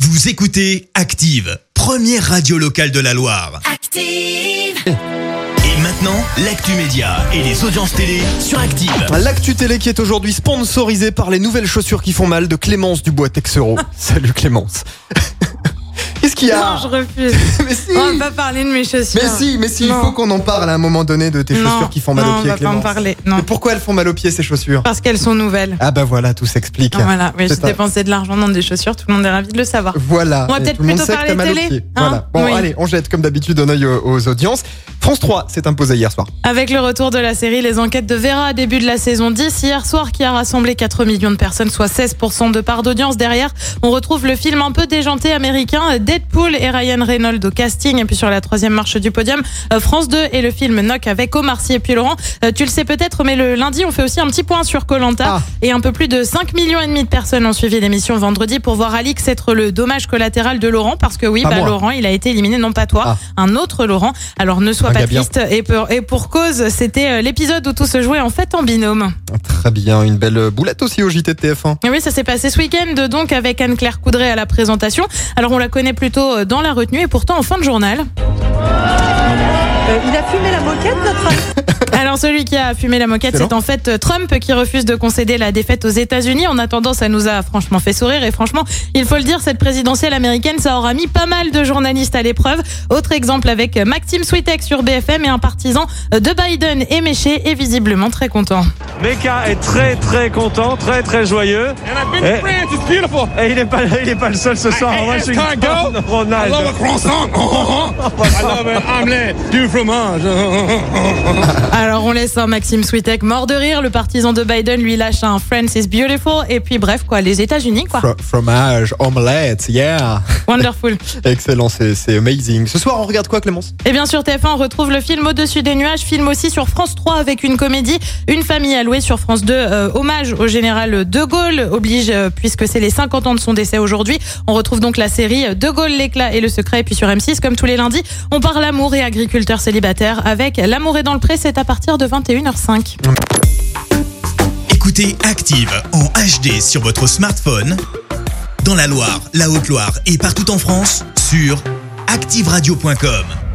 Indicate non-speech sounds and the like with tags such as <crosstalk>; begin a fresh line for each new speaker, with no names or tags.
Vous écoutez Active, première radio locale de la Loire.
Active.
Et maintenant, l'actu média et les audiences télé sur Active.
L'actu télé qui est aujourd'hui sponsorisée par les nouvelles chaussures qui font mal de Clémence Dubois Texero.
<laughs>
Salut Clémence. <laughs> Qu'est-ce qu'il y
Non,
a
je refuse.
Mais Ah. si
On va pas parler de mes chaussures.
Mais si, mais si, il
Non.
faut qu'on en parle à un moment donné de tes
Non,
chaussures qui font mal
non,
aux pieds,
on va pas
Clémence.
en parler. Non,
Mais pourquoi elles font mal aux pieds ces chaussures
parce qu'elles sont nouvelles.
Ah bah voilà, tout s'explique.
Voilà, oui,
C'est
j'ai
ça.
dépensé de l'argent dans des chaussures, tout le monde est ravi de le savoir.
Voilà.
On va
Et
peut-être
tout le monde sait
plutôt
que
parler
t'as mal aux
télé,
pieds.
hein
voilà. Bon,
Oui.
allez, on jette comme d'habitude un œil aux, aux audiences. France 3 s'est imposée hier soir.
Avec le retour de la série Les Enquêtes de Vera, début de la saison 10, hier soir, qui a rassemblé 4 millions de personnes, soit 16% de part d'audience. Derrière, on retrouve le film un peu déjanté américain Deadpool et Ryan Reynolds au casting. Et puis sur la troisième marche du podium, euh, France 2 et le film Knock avec Omar Sy et puis Laurent. euh, Tu le sais peut-être, mais le lundi, on fait aussi un petit point sur Colanta.
Ah.
Et un peu plus de 5 millions et demi de personnes ont suivi l'émission vendredi pour voir Alix être le dommage collatéral de Laurent. Parce que oui,
Pas
bah,
moi.
Laurent, il a été éliminé, non pas toi,
Ah.
un autre Laurent. Alors ne sois
Un
pas
gars bien.
triste et pour, et pour cause, c'était euh, l'épisode où tout se jouait en fait en binôme.
Très bien, une belle boulette aussi au JT de TF1.
Et oui, ça s'est passé ce week-end donc avec Anne-Claire Coudray à la présentation. Alors on la connaît plutôt euh, dans la retenue et pourtant en fin de journal.
Euh, il a fumé la moquette, notre ami.
<laughs> Alors celui qui a fumé la moquette,
Excellent.
c'est en fait euh, Trump qui refuse de concéder la défaite aux États-Unis. En attendant, ça nous a franchement fait sourire et franchement, il faut le dire, cette présidentielle américaine, ça aura mis pas mal de journalistes à l'épreuve. Autre exemple avec euh, Maxime Switek sur BFM et un partisan euh, de Biden éméché et visiblement très content.
Meka est très très content, très très joyeux. Et, et il est pas, il est pas le seul ce soir à Washington. <laughs> Ronald.
Alors on laisse un Maxime Switek mort de rire. Le partisan de Biden lui lâche un France is beautiful et puis bref quoi, les États-Unis quoi.
Fro- fromage, omelette, yeah.
Wonderful.
Excellent, c'est c'est amazing. Ce soir, on regarde quoi, Clémence
Et bien sur TF1, on retrouve le film Au-dessus des nuages, film aussi sur France 3 avec une comédie, une famille allouée sur France 2, euh, hommage au général De Gaulle, oblige euh, puisque c'est les 50 ans de son décès aujourd'hui. On retrouve donc la série De Gaulle, l'éclat et le secret. Et puis sur M6, comme tous les lundis, on parle amour et agriculteurs célibataires avec L'amour est dans le pré, c'est à partir de 21h05.
Écoutez Active en HD sur votre smartphone, dans la Loire, la Haute-Loire et partout en France, sur activeradio.com.